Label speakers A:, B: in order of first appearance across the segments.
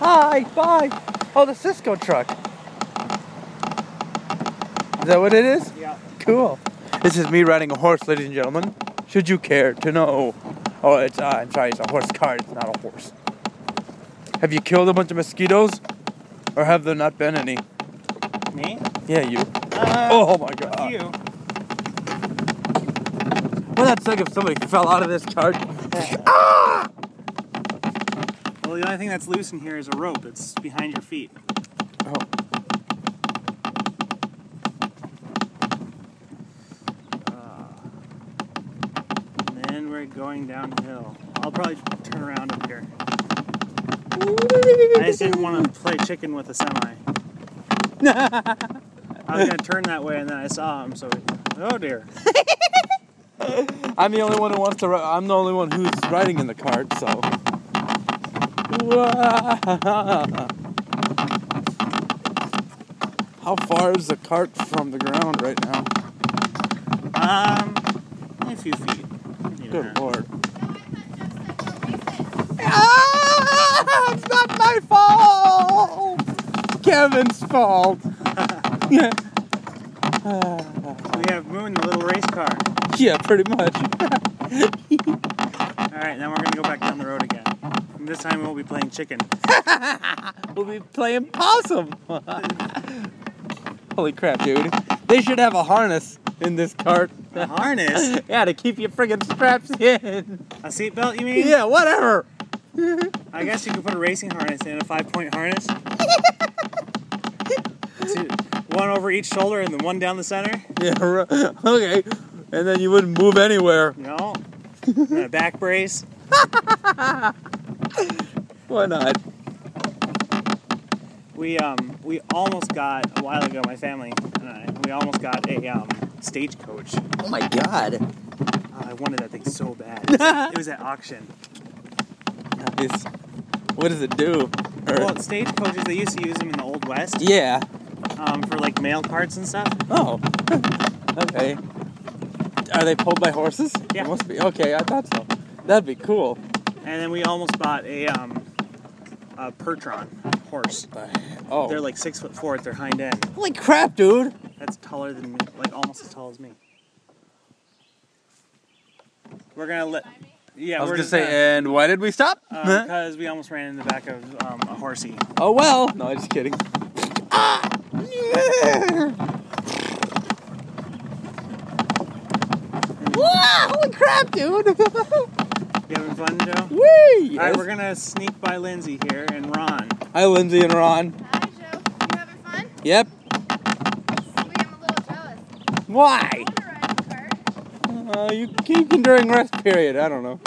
A: Hi, bye. Oh, the Cisco truck. Is that what it is?
B: Yeah.
A: Cool. This is me riding a horse, ladies and gentlemen. Should you care to know? Oh, it's uh, I'm sorry, it's a horse cart. It's not a horse. Have you killed a bunch of mosquitoes, or have there not been any?
B: Me?
A: Yeah, you.
B: Uh,
A: Oh my God.
B: You.
A: Well, that's like if somebody fell out of this cart.
B: Well, the only thing that's loose in here is a rope. It's behind your feet.
A: Oh.
B: And then we're going downhill. I'll probably turn around up here. I just didn't want to play chicken with a semi. I was gonna turn that way, and then I saw him. So, oh dear.
A: I'm the only one who wants to. Ri- I'm the only one who's riding in the cart, so. How far is the cart from the ground right now?
B: Um, only a few feet. Even
A: Good
B: there.
A: lord.
C: Racist.
A: Ah, it's not my fault. Kevin's fault.
B: We have Moon, the little race car.
A: yeah, pretty much.
B: All right, then we're gonna go back down the road again. And this time we'll be playing chicken.
A: We'll be playing possum. Holy crap, dude! They should have a harness in this cart.
B: A harness,
A: yeah, to keep your friggin' straps in.
B: a seatbelt, you mean?
A: Yeah, whatever.
B: I guess you could put a racing harness in a five-point harness. Two- one over each shoulder and then one down the center.
A: Yeah, ri- okay. And then you wouldn't move anywhere.
B: No. And a back brace.
A: Why not?
B: We um we almost got a while ago. My family and I we almost got a um stagecoach.
A: Oh my god.
B: Oh, I wanted that thing so bad. It was, it was at auction.
A: Nice. What does it do? Or-
B: Well, stagecoaches they used to use them in the old west
A: yeah.
B: um, for like mail carts and stuff.
A: Oh. okay. Are they pulled by horses?
B: Yeah.
A: They must be. Okay, I thought so. That'd be cool.
B: And then we almost bought a um a Pertron horse.
A: Oh.
B: They're like six foot four at their hind end.
A: holy crap, dude.
B: That's taller than me, like almost as tall as me. We're gonna let. Yeah,
A: I was
B: we're
A: gonna
B: just
A: say, eh. and why did we stop?
B: uh, because we almost ran in the back of um, a horsey.
A: Oh well. No, I'm just kidding. Ah! Wow, holy crap, dude!
B: You having fun, Joe?
A: Whee!
B: All right,
A: Yes.
B: we're gonna sneak by Lindsay here and Ron.
A: Hi, Lindsay and Ron.
C: Hi, Joe. You having fun?
A: Yep.
C: Sweet, I'm a little jealous. I
A: Why?
C: want to ride the cart.
A: Uh, you, you can during rest period. I don't know.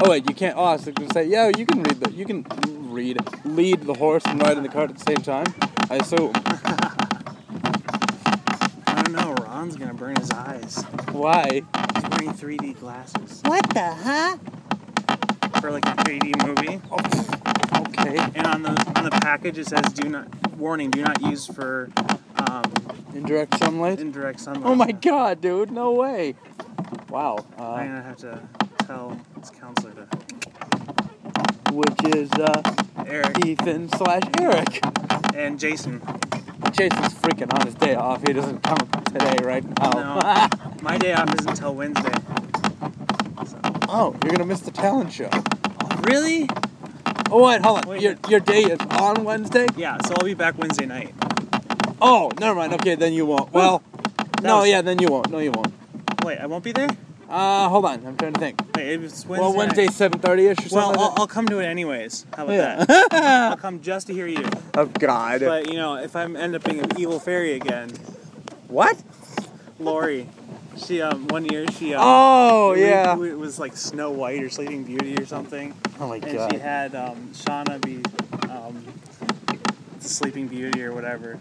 A: Oh wait, you can't. Oh, I was gonna say, yeah, you can read the. You can read, lead the horse and ride in the cart at the same time. I assume.
B: I don't know. Ron's gonna burn his eyes.
A: Why?
B: He's wearing 3D glasses
A: What the huh?
B: for like a 3D movie.
A: Oh, okay.
B: And on the on the package it says, "Do not warning. Do not use for um,
A: Indirect sunlight.
B: indirect sunlight."
A: Oh my god, dude! No way. Wow.
B: I'm
A: Uh,
B: gonna have to tell his counselor to
A: which is uh,
B: Eric
A: Ethan slash Eric.
B: and Jason.
A: Jason's freaking on his day off. He doesn't come today, right now.
B: No. My day off is until Wednesday.
A: oh, you're gonna miss the talent show.
B: Really?
A: Oh wait, hold on.
B: Wait.
A: Your your day is on Wednesday.
B: Yeah. So I'll be back Wednesday night.
A: Oh, never mind. Okay, then you won't. Well, no,
B: was-
A: yeah, then you won't. No, you won't.
B: Wait, I won't be there.
A: Uh, hold on. I'm trying to think.
B: Wait, it's Wednesday.
A: Well,
B: night.
A: Wednesday, seven thirty ish or something.
B: Well, I'll,
A: like
B: I'll come to it anyways. How about
A: that.
B: that?
A: yeah.
B: I'll come just to hear you.
A: oh God.
B: But you know, if I am end up being an evil fairy again,
A: what?
B: Lori, she um one year she um,
A: Oh
B: we-
A: yeah.
B: we- it was like Snow White or Sleeping Beauty or something,
A: oh my
B: and she had um Shauna be um Sleeping Beauty or whatever,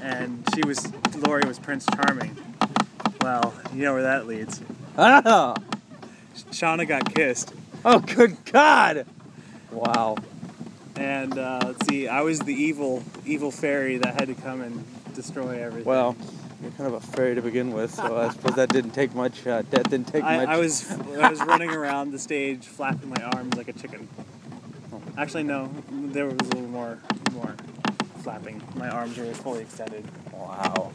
B: and she was Lori was Prince Charming. Well, you know where that leads.
A: Ah.
B: Shauna got kissed.
A: Oh good God. Wow.
B: And uh, let's see, I was the evil, evil fairy that had to come and destroy everything.
A: Well, You're kind of a fairy to begin with, so I suppose that didn't take much. Uh, that didn't take
B: I,
A: much.
B: I was I was running around the stage flapping my arms like a chicken. Actually, no, there was a little more more flapping. My arms were fully extended.
A: Wow.